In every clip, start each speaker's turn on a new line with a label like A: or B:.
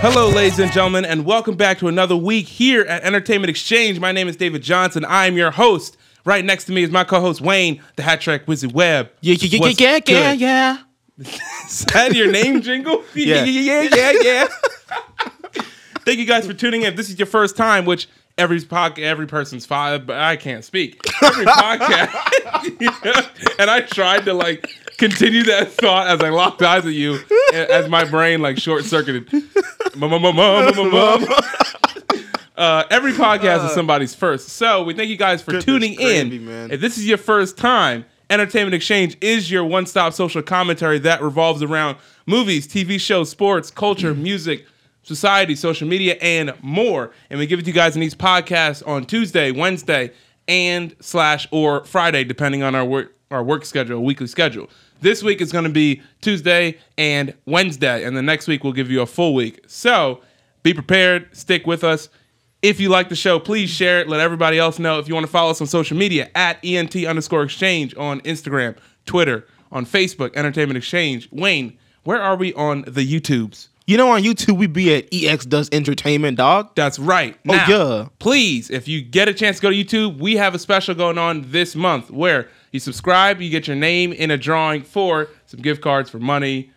A: Hello, ladies and gentlemen, and welcome back to another week here at Entertainment Exchange. My name is David Johnson. I am your host. Right next to me is my co-host Wayne, the Hat Track Wizard Webb.
B: Yeah, yeah, yeah,
A: What's
B: yeah, yeah,
A: good?
B: yeah.
A: Is that your name jingle?
B: Yeah.
A: yeah, yeah, yeah. Thank you guys for tuning in. If this is your first time, which every podcast, every person's five, but I can't speak. Every podcast, and I tried to like continue that thought as I locked eyes at you, a- as my brain like short circuited. Uh, every podcast is somebody's first. So we thank you guys for tuning
B: gravy,
A: in.
B: man.
A: If this is your first time, Entertainment Exchange is your one stop social commentary that revolves around movies, TV shows, sports, culture, music, society, social media, and more. And we give it to you guys in these podcasts on Tuesday, Wednesday, and slash or Friday, depending on our work our work schedule, weekly schedule. This week is going to be Tuesday and Wednesday, and the next week we'll give you a full week. So be prepared, stick with us. If you like the show, please share it. Let everybody else know. If you want to follow us on social media, at ENT underscore exchange on Instagram, Twitter, on Facebook, Entertainment Exchange. Wayne, where are we on the YouTubes?
B: You know, on YouTube, we be at EX Does Entertainment, dog.
A: That's right.
B: Oh,
A: Now,
B: yeah.
A: Please, if you get a chance to go to YouTube, we have a special going on this month where you subscribe, you get your name in a drawing for some gift cards for money,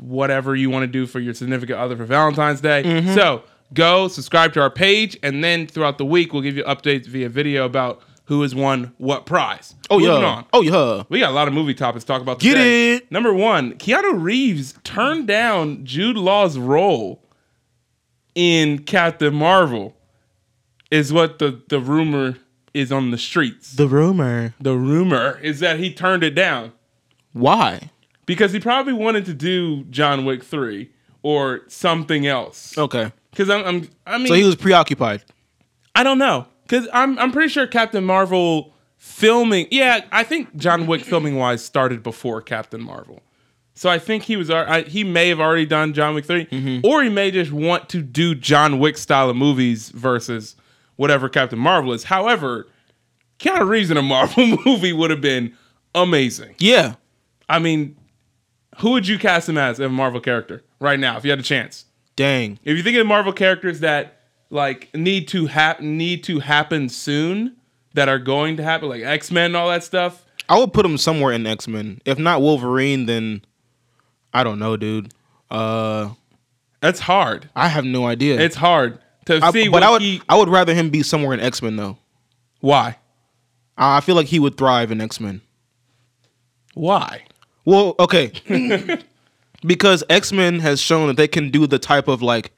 A: whatever you want to do for your significant other for Valentine's Day.
B: Mm-hmm.
A: So go subscribe to our page, and then throughout the week, we'll give you updates via video about who has won what prize.
B: Oh,
A: Moving
B: yeah.
A: on.
B: Oh, yeah.
A: We got a lot of movie topics to talk about
B: Get
A: today.
B: it.
A: Number one, Keanu Reeves turned down Jude Law's role in Captain Marvel, is what the, the rumor is on the streets.
B: The rumor.
A: The rumor is that he turned it down
B: Why?
A: because he probably wanted to do John Wick 3 or something else.
B: Okay.
A: Because I'm, I'm, I mean,
B: Oh. So he was preoccupied.
A: I don't know. Because I'm, I'm pretty sure Captain Marvel filming. Yeah, I think John Wick filming wise started before Captain Marvel. So I think he was al- I, he may have already done John Wick 3 or he may just want to do John Wick style of movies versus whatever Captain Marvel is. However, Keanu Reeves in a Marvel movie would have been amazing.
B: Yeah.
A: I mean, who would you cast him as if a Marvel character right now if you had a chance?
B: Dang.
A: If you think of Marvel characters that like need to hap need to happen soon, that are going to happen, like X Men and all that stuff.
B: I would put him somewhere in X Men. If not Wolverine, then I don't know, dude. Uh,
A: That's hard.
B: I have no idea.
A: It's hard to
B: I,
A: see
B: but
A: what
B: I would.
A: he.
B: I would rather him be somewhere in X Men though.
A: Why?
B: I I feel like he would thrive in X Men.
A: Why?
B: Well, okay. because X Men has shown that they can do the type of like,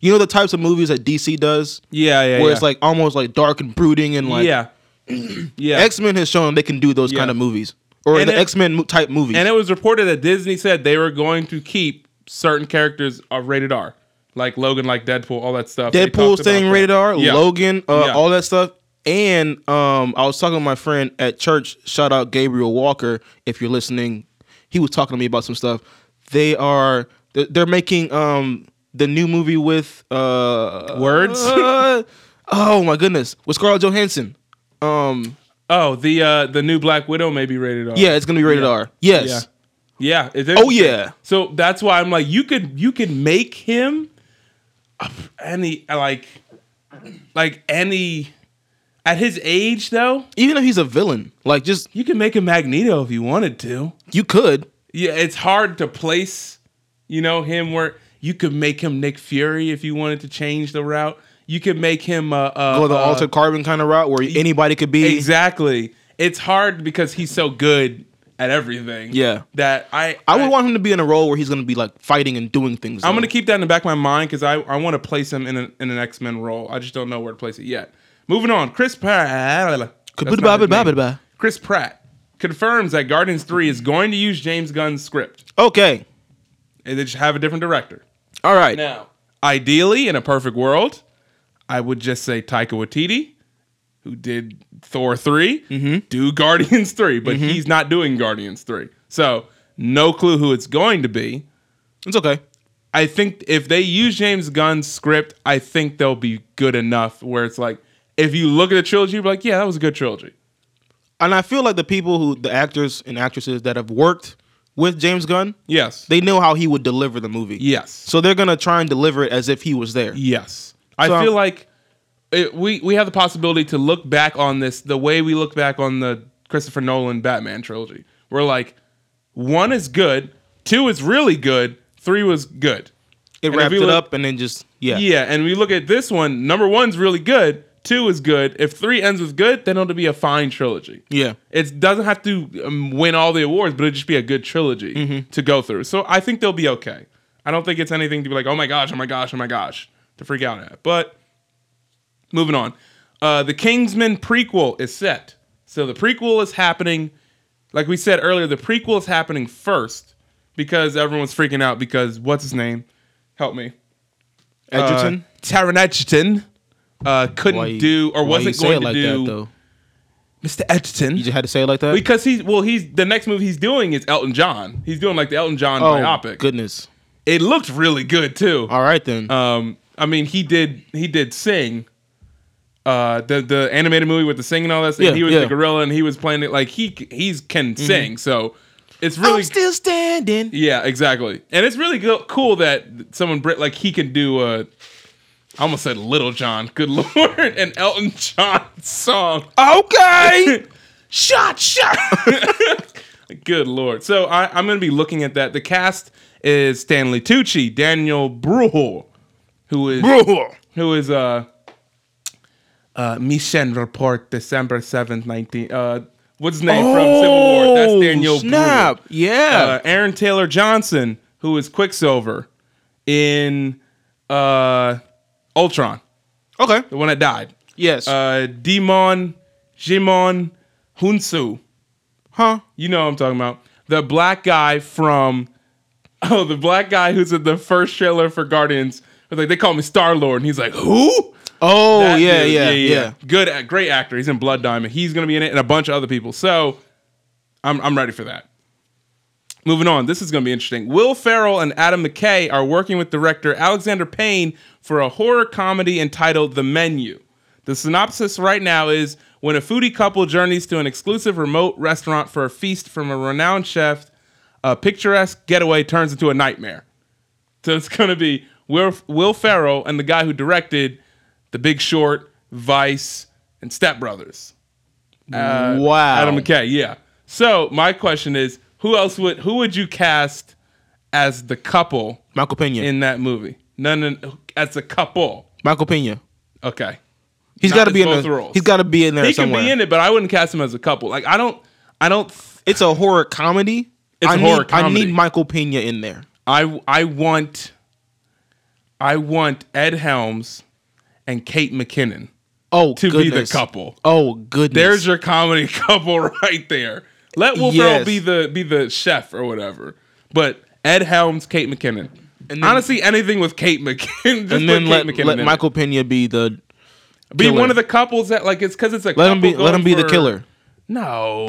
B: you know, the types of movies that DC does,
A: Yeah, yeah.
B: where
A: yeah.
B: it's like almost like dark and brooding and like.
A: yeah, yeah.
B: X Men has shown they can do those
A: Yeah.
B: kind of movies or
A: And
B: the
A: it-
B: X Men type movies.
A: and it was reported that Disney said they were going to keep certain characters of rated R, like Logan, like Deadpool, all that stuff. They
B: Deadpool's
A: talked about
B: thing,
A: that.
B: rated R,
A: Yeah.
B: Logan, uh,
A: Yeah.
B: all that stuff. And um, I was talking to my friend at church. Shout out Gabriel Walker, if you're listening. He was talking to me about some stuff. They are they're- they're making um the new movie with uh
A: Words?
B: uh, oh my goodness, with Scarlett Johansson. Um,
A: Oh, the uh, the new Black Widow may be rated R.
B: yeah, it's gonna be rated R. Yes.
A: Yeah. Yeah. It's
B: Oh
A: interesting.
B: yeah.
A: So that's why I'm like, you could you could make him any like like any at his age though,
B: Even if he's a villain, like just
A: you could make him Magneto if you wanted to.
B: you could.
A: Yeah, it's hard to place, you know, him where you could make him Nick Fury if you wanted to change the route. You could make him uh, uh
B: Go the
A: uh,
B: altered carbon kind of route where anybody could be.
A: Exactly. It's hard because he's so good at everything.
B: Yeah.
A: That I
B: I would want him to be in a role where he's going to be like fighting and doing things.
A: I'm
B: though.
A: gonna keep that in the back of my mind because I, I want to place him in an in an X Men role. I just don't know where to place it yet. Moving on, Chris Pratt. That's not his name.
B: Kabootabababababa.
A: Chris Pratt confirms that Guardians Three is going to use James Gunn's script.
B: Okay.
A: And They just have a different director.
B: All right.
A: Now, ideally, in a perfect world, I would just say Taika Waititi, who did Thor 3 do Guardians three, but he's not doing Guardians three, so no clue who it's going to be.
B: It's okay.
A: I think if they use James Gunn's script, I think they'll be good enough where it's like, if you look at the trilogy, you're like, yeah, that was a good trilogy.
B: And I feel like the people who, the actors and actresses that have worked with James Gunn,
A: Yes.
B: they know how he would deliver the movie.
A: yes.
B: So they're gonna try and deliver it as if he was there.
A: Yes, I
B: So I'm-
A: feel like it, we we have the possibility to look back on this the way we look back on the Christopher Nolan Batman trilogy. We're like, one is good, two is really good, three was good.
B: It
A: And if
B: wrapped
A: we
B: it
A: look-
B: up and then just yeah.
A: Yeah. and we look at this one. Number one's really good, two is good. If three ends with good, then it'll be a fine trilogy.
B: Yeah.
A: It doesn't have to um, win all the awards, but it'll just be a good trilogy
B: Mm-hmm.
A: to go through. So I think they'll be okay. I don't think it's anything to be like, oh my gosh, oh my gosh, oh my gosh, to freak out at. But moving on. Uh, the Kingsman prequel is set. So the prequel is happening. Like we said earlier, the prequel is happening first because everyone's freaking out because what's his name? Help me.
B: Edgerton.
A: Uh, Taron Edgerton uh, couldn't
B: Why you-
A: do or
B: why you
A: wasn't
B: say
A: going
B: it like
A: to
B: that,
A: do
B: though?
A: Mr. Edgerton.
B: You just had to say it like that.
A: Because he's well, he's the next movie he's doing is Elton John. He's doing like the Elton John
B: oh
A: biopic.
B: goodness!
A: It looked really good too.
B: All right then.
A: Um, I mean, he did he did sing, uh, the the animated movie with the singing and all that. stuff.
B: Yeah,
A: he was
B: yeah. Mm-hmm.
A: the gorilla and he was playing it like he c- he's can sing. So it's really
B: I'm still standing.
A: yeah, exactly. And it's really go- cool that someone Brit like he can do a. I almost said Little John. Good lord, an Elton John song.
B: Okay. shot, shot.
A: Good lord. So I, I'm going to be looking at that. The cast is Stanley Tucci, Daniel Bruhl, who is who is uh uh Mission Report December seventh nineteen uh what's his name from Civil War? That's Daniel
B: Oh, snap.
A: Bruhl.
B: Yeah.
A: Uh, Aaron Taylor Johnson, who is Quicksilver in uh Ultron,
B: okay.
A: the one that died.
B: Yes.
A: Uh Demon Jimon Hunsu.
B: huh.
A: You know what I'm talking about. The black guy from oh, the black guy who's in the first trailer for Guardians. It's Like they call me Star Lord, and he's like, "Who?"
B: Oh
A: That
B: yeah,
A: dude.
B: yeah, yeah,
A: Good, act- great actor. He's in Blood Diamond. He's gonna be in it, and a bunch of other people. So, I'm I'm ready for that. Moving on, this is going to be interesting. Will Farrell and Adam McKay are working with director Alexander Payne for a horror comedy entitled The Menu. The synopsis right now is when a foodie couple journeys to an exclusive remote restaurant for a feast from a renowned chef, a picturesque getaway turns into a nightmare. So it's going to be Will, Will Farrell and the guy who directed The Big Short, Vice, and Step Brothers. Uh,
B: wow.
A: Adam McKay, yeah. So my question is, who else would who would you cast as the couple
B: Michael Pena.
A: in that movie? No, no, no, as a couple.
B: Michael Pena.
A: Okay,
B: He's
A: Not
B: got to
A: as
B: be in
A: both
B: there.
A: roles.
B: He's got to be in there
A: he can
B: somewhere.
A: be in it, but I wouldn't cast him as a couple. Like I don't, I don't,
B: It's a horror comedy.
A: It's
B: I
A: a
B: need,
A: horror
B: I
A: comedy.
B: need Michael Pena in there.
A: I, I want, I want Ed Helms and Kate McKinnon
B: Oh,
A: to be the
B: goodness.
A: couple.
B: Oh goodness.
A: There's your comedy couple right there. Let Will Ferrell
B: Yes.
A: be the be the chef or whatever. But Ed Helms, Kate McKinnon.
B: And then-
A: Honestly, anything with Kate McKinnon. Just
B: and then
A: put Kate
B: let,
A: McKinnon
B: let
A: in
B: Michael Pena be the
A: it. be
B: killer.
A: one of the couples that like it's because it's a
B: let him be
A: couple
B: let him be
A: going
B: the
A: for-
B: killer.
A: No,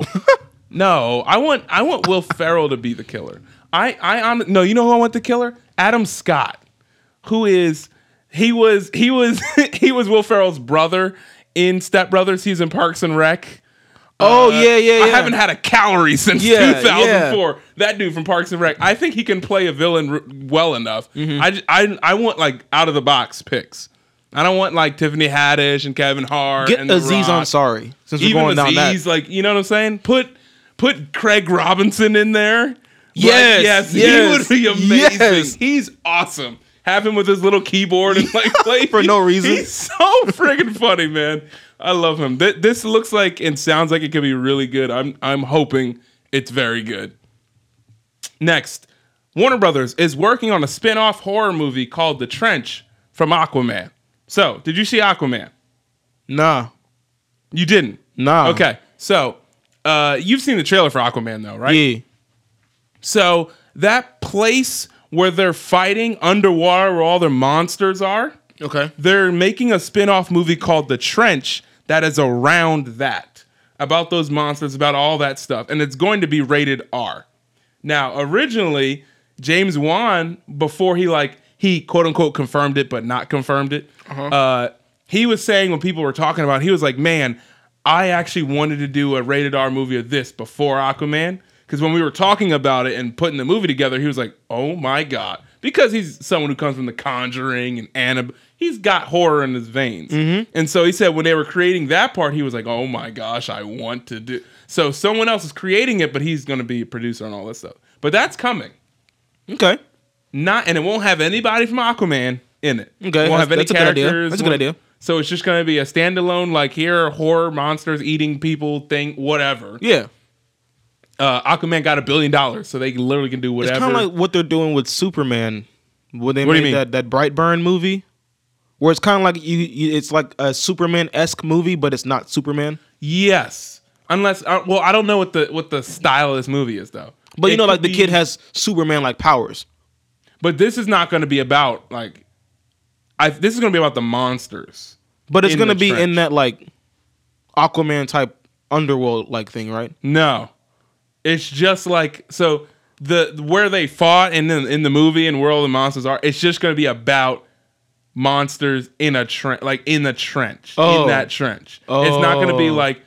A: no. I want I want Will Ferrell to be the killer. I I hon- no. You know who I want the killer? Adam Scott, who is he was he was he was Will Ferrell's brother in Step Brothers. He's in Parks and Rec.
B: Oh
A: Uh,
B: yeah, yeah, yeah.
A: I haven't had a calorie since
B: Yeah,
A: 2004. That dude from Parks and Rec. I think he can play a villain r- well enough.
B: Mm-hmm.
A: I, j- I I want like out of the box picks. I don't want like Tiffany Haddish and Kevin Hart.
B: Get
A: and The
B: Aziz
A: Rock.
B: Ansari since we're
A: Even
B: going down that.
A: Aziz, like you know what I'm saying. Put put Craig Robinson in there. Like,
B: Yes,
A: yes,
B: yes,
A: he would be amazing.
B: yes.
A: He's awesome. Have him with his little keyboard and like play
B: For no reason.
A: He's so friggin' funny, man. I love him. Th- this looks like and sounds like it could be really good. I'm I'm hoping it's very good. Next, Warner Brothers is working on a spin-off horror movie called The Trench from Aquaman. So, did you see Aquaman?
B: Nah,
A: You didn't.
B: nah.
A: Okay. So, uh, you've seen the trailer for Aquaman though, right?
B: Yeah.
A: So that place where they're fighting underwater, where all their monsters are,
B: Okay.
A: they're making a spin-off movie called The Trench that is around that, about those monsters, about all that stuff, and it's going to be rated R. Now, originally, James Wan, before he like he quote unquote confirmed it, but not confirmed it, uh he was saying when people were talking about, it, he was like, "Man, I actually wanted to do a rated R movie of this before Aquaman Because when we were talking about it and putting the movie together, he was like, "Oh my god!" Because he's someone who comes from The Conjuring and Annab, he's got horror in his veins.
B: Mm-hmm.
A: And so he said when they were creating that part, he was like, "Oh my gosh, I want to do." So someone else is creating it, but he's going to be a producer and all this stuff. But that's coming.
B: Okay.
A: Not and it won't have anybody from Aquaman in it.
B: Okay,
A: It
B: that's-
A: won't have any
B: that's a good idea.
A: characters.
B: That's a good
A: won't-
B: idea.
A: So it's just going to be a standalone, like here are horror monsters eating people thing, whatever
B: Yeah.
A: uh, Aquaman got a billion dollars, so they literally can do
B: It's
A: whatever.
B: kind of like what they're doing with Superman. When they
A: What do
B: made
A: you mean?
B: that that Brightburn movie, where it's kind of like you, you, it's like a Superman esque movie, but it's not Superman.
A: yes, unless uh, well, I don't know what the what the style of this movie is though.
B: But
A: It
B: you know,
A: could
B: like the
A: be-
B: kid has Superman like powers.
A: But this is not going to be about like, I this is going to be about the monsters.
B: But it's
A: In
B: gonna
A: the
B: be in
A: trench.
B: that like Aquaman type underworld like thing, right?
A: No, it's just like so the where they fought in the, in the movie and where all the monsters are. It's just going to be about monsters in a trench, like in the trench,
B: Oh.
A: in that trench. It's not going to be
B: Oh.
A: like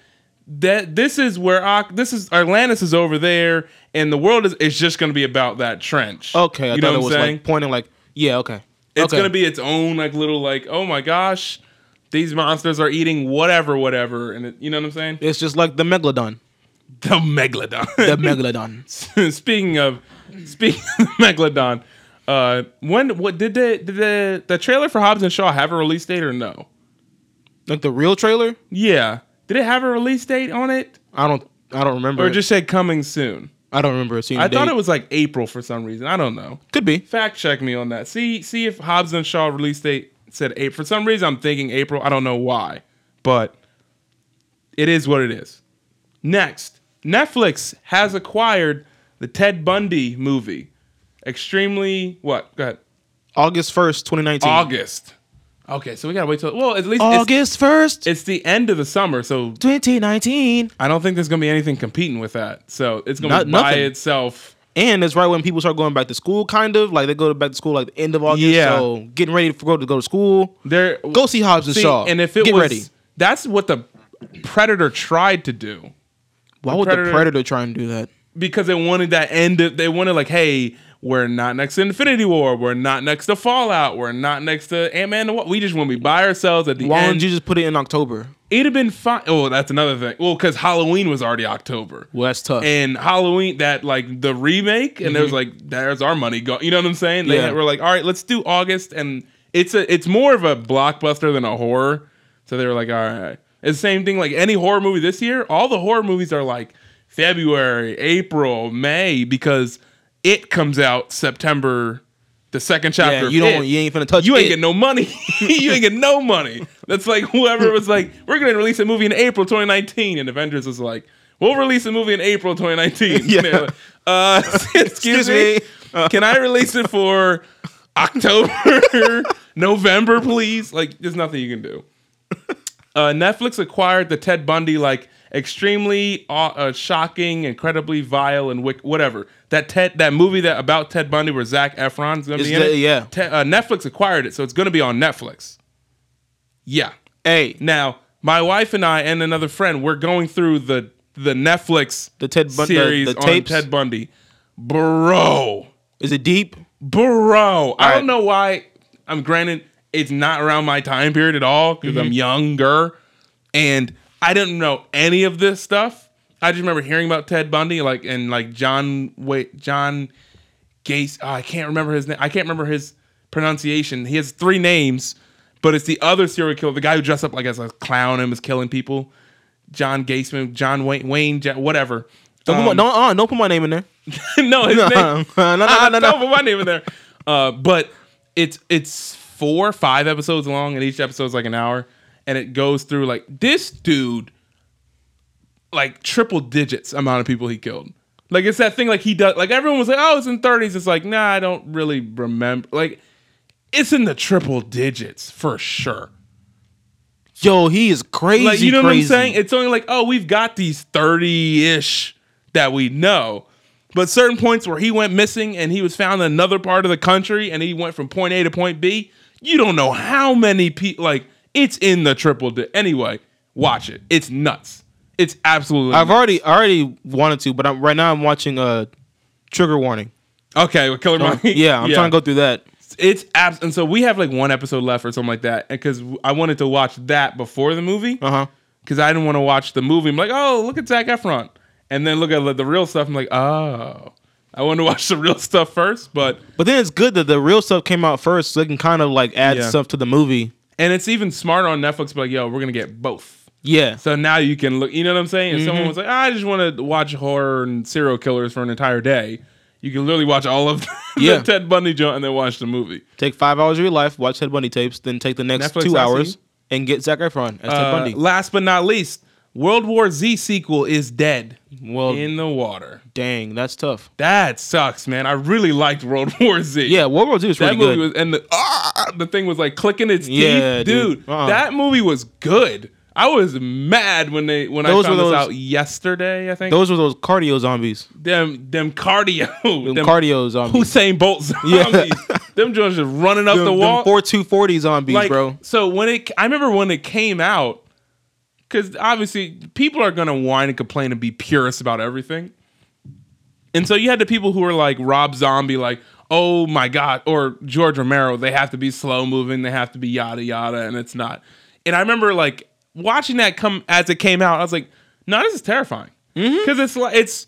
A: that. This is where Ak- this is Atlantis is over there, and the world is. It's just going to be about that trench.
B: Okay, I
A: you
B: thought
A: know
B: it
A: what
B: was
A: I'm saying.
B: like pointing like yeah, okay.
A: it's
B: okay.
A: going to be its own like little like oh my gosh, these monsters are eating whatever whatever, and it, you know what I'm saying.
B: It's just like the megalodon.
A: The megalodon.
B: The megalodon.
A: speaking of speaking of Megalodon, uh, when what did the did the the trailer for Hobbs and Shaw have a release date or no?
B: Like the real trailer?
A: Yeah, did it have a release date on it,
B: I don't. I don't remember.
A: or it just said coming soon?
B: I don't remember seeing.
A: I thought it was like April for some reason. I don't know.
B: could be.
A: Fact check me on that. See see if Hobbs and Shaw release date said April. For some reason, I'm thinking April. I don't know why, but it is what it is. Next, Netflix has acquired the Ted Bundy movie. Extremely what? Go ahead.
B: August first, twenty nineteen.
A: August. Okay, so we gotta wait till well, at least it's,
B: August first,
A: it's the end of the summer, so
B: twenty nineteen.
A: I don't think there's gonna be anything competing with that. So it's gonna
B: Not-
A: be by
B: nothing.
A: itself.
B: And it's right when people start going back to school, kind of like they go back to school like the end of August.
A: Yeah.
B: So getting ready for go to go to school.
A: There
B: Go see Hobbs and
A: see,
B: Shaw.
A: and if it
B: get
A: was
B: ready,
A: that's what the Predator tried to do.
B: why would the
A: Predator-
B: Predator try and do that?
A: because they wanted that end. Of, they wanted like, hey, we're not next to Infinity War. We're not next to Fallout. We're not next to Ant Man. We just want to be by ourselves at the
B: Why
A: end.
B: don't you just put it in October?
A: It'd have been fine. Oh, that's another thing. Well, because Halloween was already October.
B: Well, that's tough.
A: And Halloween, that like the remake, and there was like, there's our money go. You know what I'm saying? They
B: Mm-hmm. Yeah.
A: were like, all right, let's do August, and it's a, it's more of a blockbuster than a horror. So they were like, all right, it's the same thing. Like any horror movie this year, all the horror movies are like February, April, May, because it comes out September, the second chapter.
B: yeah,
A: of
B: you don't.
A: It
B: You ain't finna touch.
A: you ain't
B: it.
A: getting no money. you ain't getting no money. That's like whoever was like, we're gonna release a movie in April 2019, and Avengers was like, we'll release a movie in April 2019.
B: Yeah.
A: They're like, uh, excuse,
B: Excuse
A: me.
B: me. Uh.
A: Can I release it for October, November, please? Like, there's nothing you can do. Uh, Netflix acquired the Ted Bundy like extremely uh, uh, shocking, incredibly vile, and wick- whatever that Ted that movie that about Ted Bundy where Zach Efron's gonna
B: Is
A: be in
B: the-
A: it.
B: yeah.
A: Te- uh, Netflix acquired it, so it's going to be on Netflix. Yeah.
B: Hey,
A: Now, my wife and I and another friend, we're going through the the Netflix
B: The Ted Bun- the-
A: series
B: the tapes?
A: on Ted Bundy. Bro,
B: is it deep?
A: bro, I
B: right.
A: don't know why. I'm granted it's not around my time period at all because
B: Mm-hmm.
A: I'm younger, and I didn't know any of this stuff. I just remember hearing about Ted Bundy, like and like John wait John Gacy. oh, I can't remember his name. I can't remember his pronunciation. He has three names, but it's the other serial killer, the guy who dressed up like as a clown and was killing people. John Gaceman, John Wayne, Wayne, Ja- whatever.
B: Don't
A: Um,
B: put my don't, uh, don't put my name in there.
A: no, his
B: No,
A: name.
B: no, no,
A: I
B: no,
A: don't
B: no.
A: put my name in there. Uh, but it's it's four, five episodes long, and each episode's like an hour, and it goes through like this dude, like triple digits amount of people he killed. Like it's that thing like he does. Like everyone was like, oh, it's in thirties. It's like nah, I don't really remember. Like it's in the triple digits for sure.
B: Yo, he is crazy.
A: Like you know what I'm
B: crazy.
A: saying? It's only like, oh, we've got these 30-ish that we know. But certain points where he went missing and he was found in another part of the country and he went from point A to point B, you don't know how many people like it's in the triple di- anyway, watch it. It's nuts. It's absolutely.
B: I've already I already wanted to, but I'm, right now I'm watching uh, Trigger Warning.
A: okay with Killer Mike.
B: Oh, Yeah, I'm trying to go through that.
A: It's abs, and so we have like one episode left or something like that, because I wanted to watch that before the movie,
B: Uh
A: because
B: huh.
A: I didn't want to watch the movie. I'm like, oh, look at Zac Efron, and then look at like, the real stuff. I'm like, oh, I want to watch the real stuff first, but
B: But then it's good that the real stuff came out first, so they can kind of like add
A: Yeah.
B: stuff to the movie.
A: and it's even smarter on Netflix. But like, yo, we're gonna get both.
B: Yeah,
A: So now you can look, you know what I'm saying? If someone was like, I just want to watch horror and serial killers for an entire day, you can literally watch all of the
B: Yeah.
A: Ted Bundy joint and then watch the movie.
B: take five hours of your life, watch Ted Bundy tapes, then take the next
A: Netflix,
B: two
A: I
B: hours
A: see.
B: and get Zac Efron as
A: Uh,
B: Ted Bundy.
A: last but not least, World War Z sequel is dead
B: Well,
A: in the water.
B: dang, that's tough.
A: That sucks, man. I really liked World War Z.
B: Yeah, World War II is
A: That
B: really
A: movie
B: good.
A: was and the ah, the thing was like clicking its
B: Yeah,
A: teeth, dude.
B: dude. Uh-uh.
A: That movie was good. I was mad when they when
B: Those
A: I
B: were
A: found this
B: those-
A: out yesterday. I think
B: those were those cardio zombies,
A: them them cardio
B: them,
A: them
B: cardio zombies,
A: Usain Bolt zombies.
B: Yeah.
A: them joints just running up
B: them,
A: the
B: them
A: wall.
B: four two forty zombies,
A: like,
B: bro.
A: So when it, I remember when it came out, because obviously people are gonna whine and complain and be purists about everything. And so you had the people who were like Rob Zombie, like, oh my god, or George Romero, they have to be slow moving, they have to be yada yada, and it's not. And I remember like watching that come as it came out, I was like, no, this is terrifying because it's like it's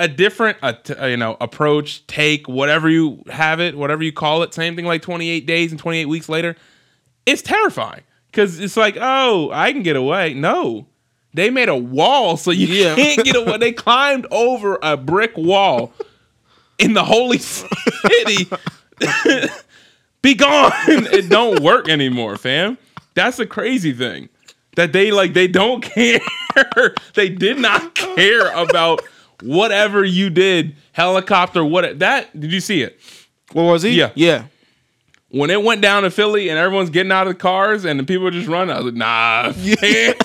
A: a different, uh, t- uh, you know, approach, take whatever you have it, whatever you call it. Same thing like 28 days and 28 weeks later it's terrifying because it's like, oh, I can get away. No, they made a wall so you
B: Yeah.
A: can't get away. They climbed over a brick wall in the holy city. Be gone. it don't work anymore, fam. That's the crazy thing that they like. They don't care. they did not care about whatever you did. Helicopter. What that? Did you see it?
B: What was he?
A: Yeah.
B: yeah.
A: when it went down in Philly and everyone's getting out of the cars and the people were just running, I was like, nah,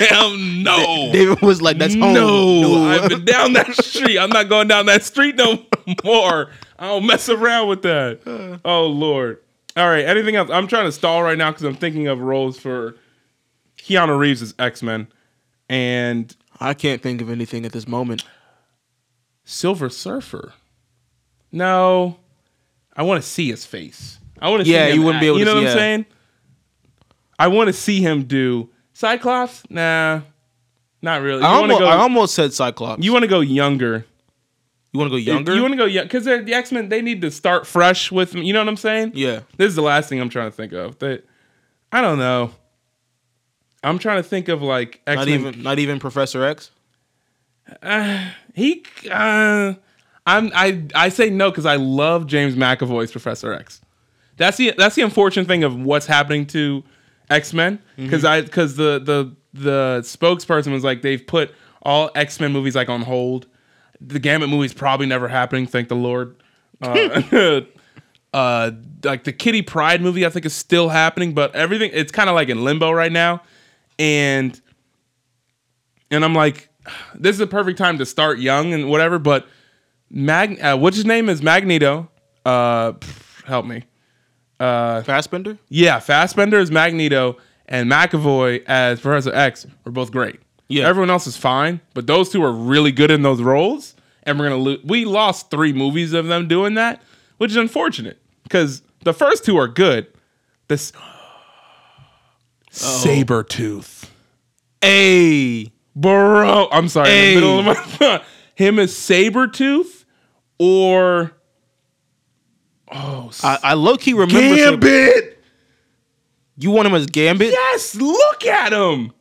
A: hell no.
B: David was like, "That's home."
A: no, I've been down that street. I'm not going down that street no more. I don't mess around with that. Oh Lord. All right. Anything else? I'm trying to stall right now because I'm thinking of roles for Keanu Reeves as X Men and
B: I can't think of anything at this moment.
A: Silver Surfer. No, I want to see his face. I want to.
B: Yeah,
A: see him
B: you wouldn't be
A: act.
B: able
A: You
B: to
A: know
B: see-
A: what I'm
B: yeah.
A: saying? I want to see him do Cyclops. Nah, not really. You
B: I
A: want to
B: almost, I
A: go?
B: almost said Cyclops.
A: You want to go younger?
B: you want to go younger?
A: You want to go young? Because the X Men, they need to start fresh with. You know what I'm saying?
B: yeah.
A: This is the last thing I'm trying to think of. That I don't know. I'm trying to think of like X
B: Not
A: Men.
B: even, not even Professor X.
A: He, uh, I'm, I, I say no because I love James McAvoy's Professor X. That's the that's the unfortunate thing of what's happening to X Men because I because the the the spokesperson was like they've put all X Men movies like on hold. The Gambit movie's probably never happening. Thank the Lord. Uh, uh, like the Kitty Pride movie, I think is still happening, but everything it's kind of like in limbo right now, and and I'm like, this is a perfect time to start young and whatever. But Mag, uh, what's his name is Magneto. Uh, pff, help me. Uh,
B: Fassbender.
A: Yeah, Fassbender is Magneto and McAvoy as Professor X are both great.
B: Yeah.
A: everyone else is fine, but those two are really good in those roles, and we're gonna lose. We lost three movies of them doing that, which is unfortunate because the first two are good. This saber tooth.
B: Hey,
A: Bro, I'm sorry.
B: Hey.
A: In the middle of my thought. Him as Sabretooth or Oh,
B: I, I low key remember. Saber-
A: Gambit.
B: You want him as Gambit?
A: Yes, look at him.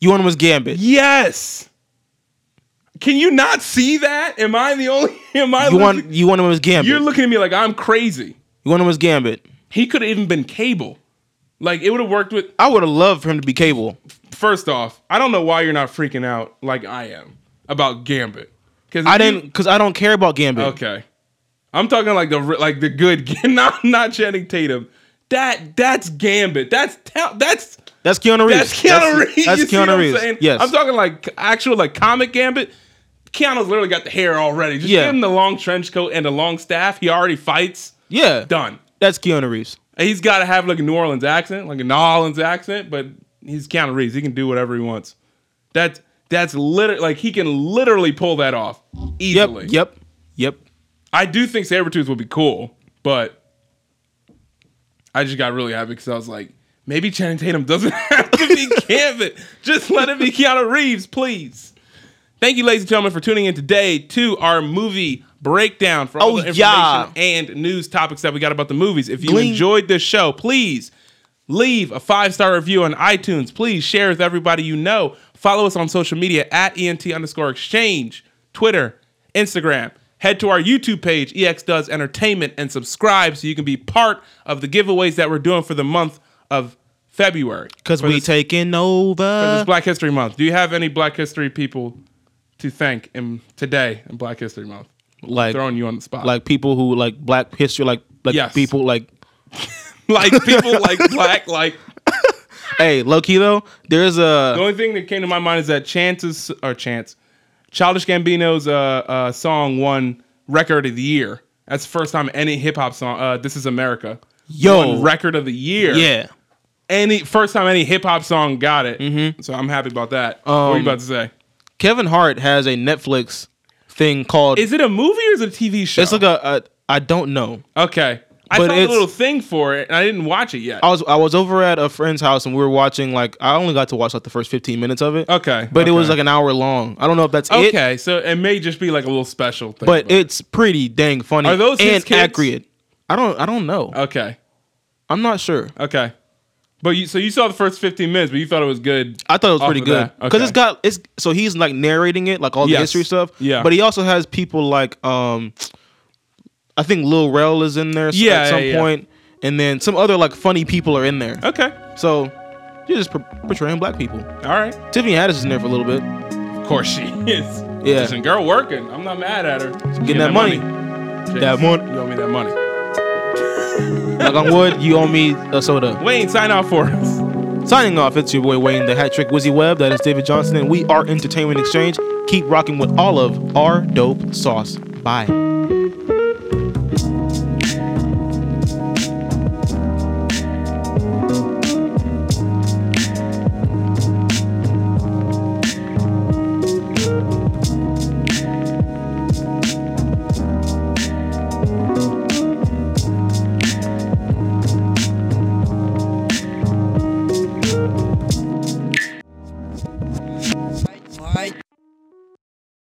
B: You want him as Gambit?
A: Yes. Can you not see that? Am I the only am I
B: You
A: losing-
B: want you want him as Gambit?
A: You're looking at me like I'm crazy.
B: you want him as Gambit?
A: He could have even been Cable. Like it would have worked with
B: I would have loved for him to be Cable.
A: First off, I don't know why you're not freaking out like I am about Gambit. Cuz
B: I didn't because I don't care about Gambit.
A: Okay. I'm talking like the re- like the good, not not Channing Tatum. That that's Gambit. That's ta- that's
B: That's Keanu Reeves.
A: that's Keanu Reeves.
B: That's
A: You see what
B: Keanu
A: I'm
B: Reeves.
A: saying?
B: yes.
A: I'm talking like actual like comic Gambit. Keanu's literally got the hair already. Just
B: Yeah.
A: give him the long trench coat and the long staff. He already fights.
B: yeah.
A: Done.
B: That's Keanu Reeves.
A: And He's got to have like a New Orleans accent, like a New Orleans accent, but he's Keanu Reeves. He can do whatever he wants. That That's literally like he can literally pull that off
B: Yep,
A: easily.
B: yep, yep.
A: I do think Sabretooth would be cool, but I just got really happy because I was like, maybe Channing Tatum doesn't have to be Gambit. Just let it be Keanu Reeves, please. Thank you, ladies and gentlemen, for tuning in today to our movie breakdown for all
B: Oh,
A: the information
B: yeah.
A: and news topics that we got about the movies. If you
B: Glean.
A: enjoyed this show, please leave a five star review on iTunes. Please share with everybody you know. Follow us on social media at ENT underscore exchange, Twitter, Instagram. Head to our YouTube page, EX Does Entertainment, and subscribe so you can be part of the giveaways that we're doing for the month of February.
B: Because
A: For
B: we
A: this-
B: taking
A: for
B: over.
A: this Black History Month. Do you have any Black History people to thank in today in Black History Month?
B: Like,
A: Throwing you on the spot.
B: like people who like black history, like like
A: Yes.
B: people like.
A: like people like black, like
B: Hey, low key though, there's
A: The
B: a
A: only thing that came to my mind is that Chance's or Chance, Childish Gambino's uh, uh, song won record of the year. That's the first time any hip hop song. Uh, this is America.
B: Yo.
A: won record of the year.
B: yeah.
A: any first time any hip hop song got it. So I'm happy about that. what were you
B: Mm-hmm. Um,
A: about to say?
B: Kevin Hart has a Netflix thing called.
A: Is it a movie or is it a TV show?
B: it's like a, a I don't know.
A: okay. I
B: but
A: saw a
B: it's- Oh,
A: little thing for it and I didn't watch it yet.
B: I was I was over at a friend's house and we were watching like I only got to watch like the first 15 minutes of it.
A: Okay,
B: But it was
A: okay.
B: like an hour long. I don't know if that's it,
A: okay, so it may just be like a little special thing.
B: but it's pretty dang funny
A: Are those
B: and
A: his kids? Oh.
B: accurate. I don't I don't know.
A: okay,
B: I'm not sure.
A: okay. But you so you saw the first 15 minutes, but you thought it was good.
B: I thought it was
A: Off
B: pretty
A: of
B: good
A: that,
B: because
A: okay.
B: it's got it's so he's like narrating it like all the
A: Yes.
B: history stuff.
A: Yeah.
B: but he also has people like um, I think Lil Rel is in there. s-
A: Yeah,
B: at
A: yeah,
B: some
A: yeah. Oh.
B: point, and then some other like funny people are in there.
A: Okay.
B: So you're just per- portraying black people.
A: All right.
B: Tiffany Haddish is in there for a little bit,
A: Of course she is.
B: Yeah.
A: Listen, girl working. I'm not mad at her. She's getting,
B: that money.
A: Chase,
B: That money.
A: You owe me that money.
B: like on wood. You owe me a soda.
A: Wayne, sign off for us.
B: Signing off. It's your boy Wayne the Hat Trick Wizzy Webb. That is David Johnson, and we are Entertainment Exchange. Keep rocking with all of our dope sauce. Bye.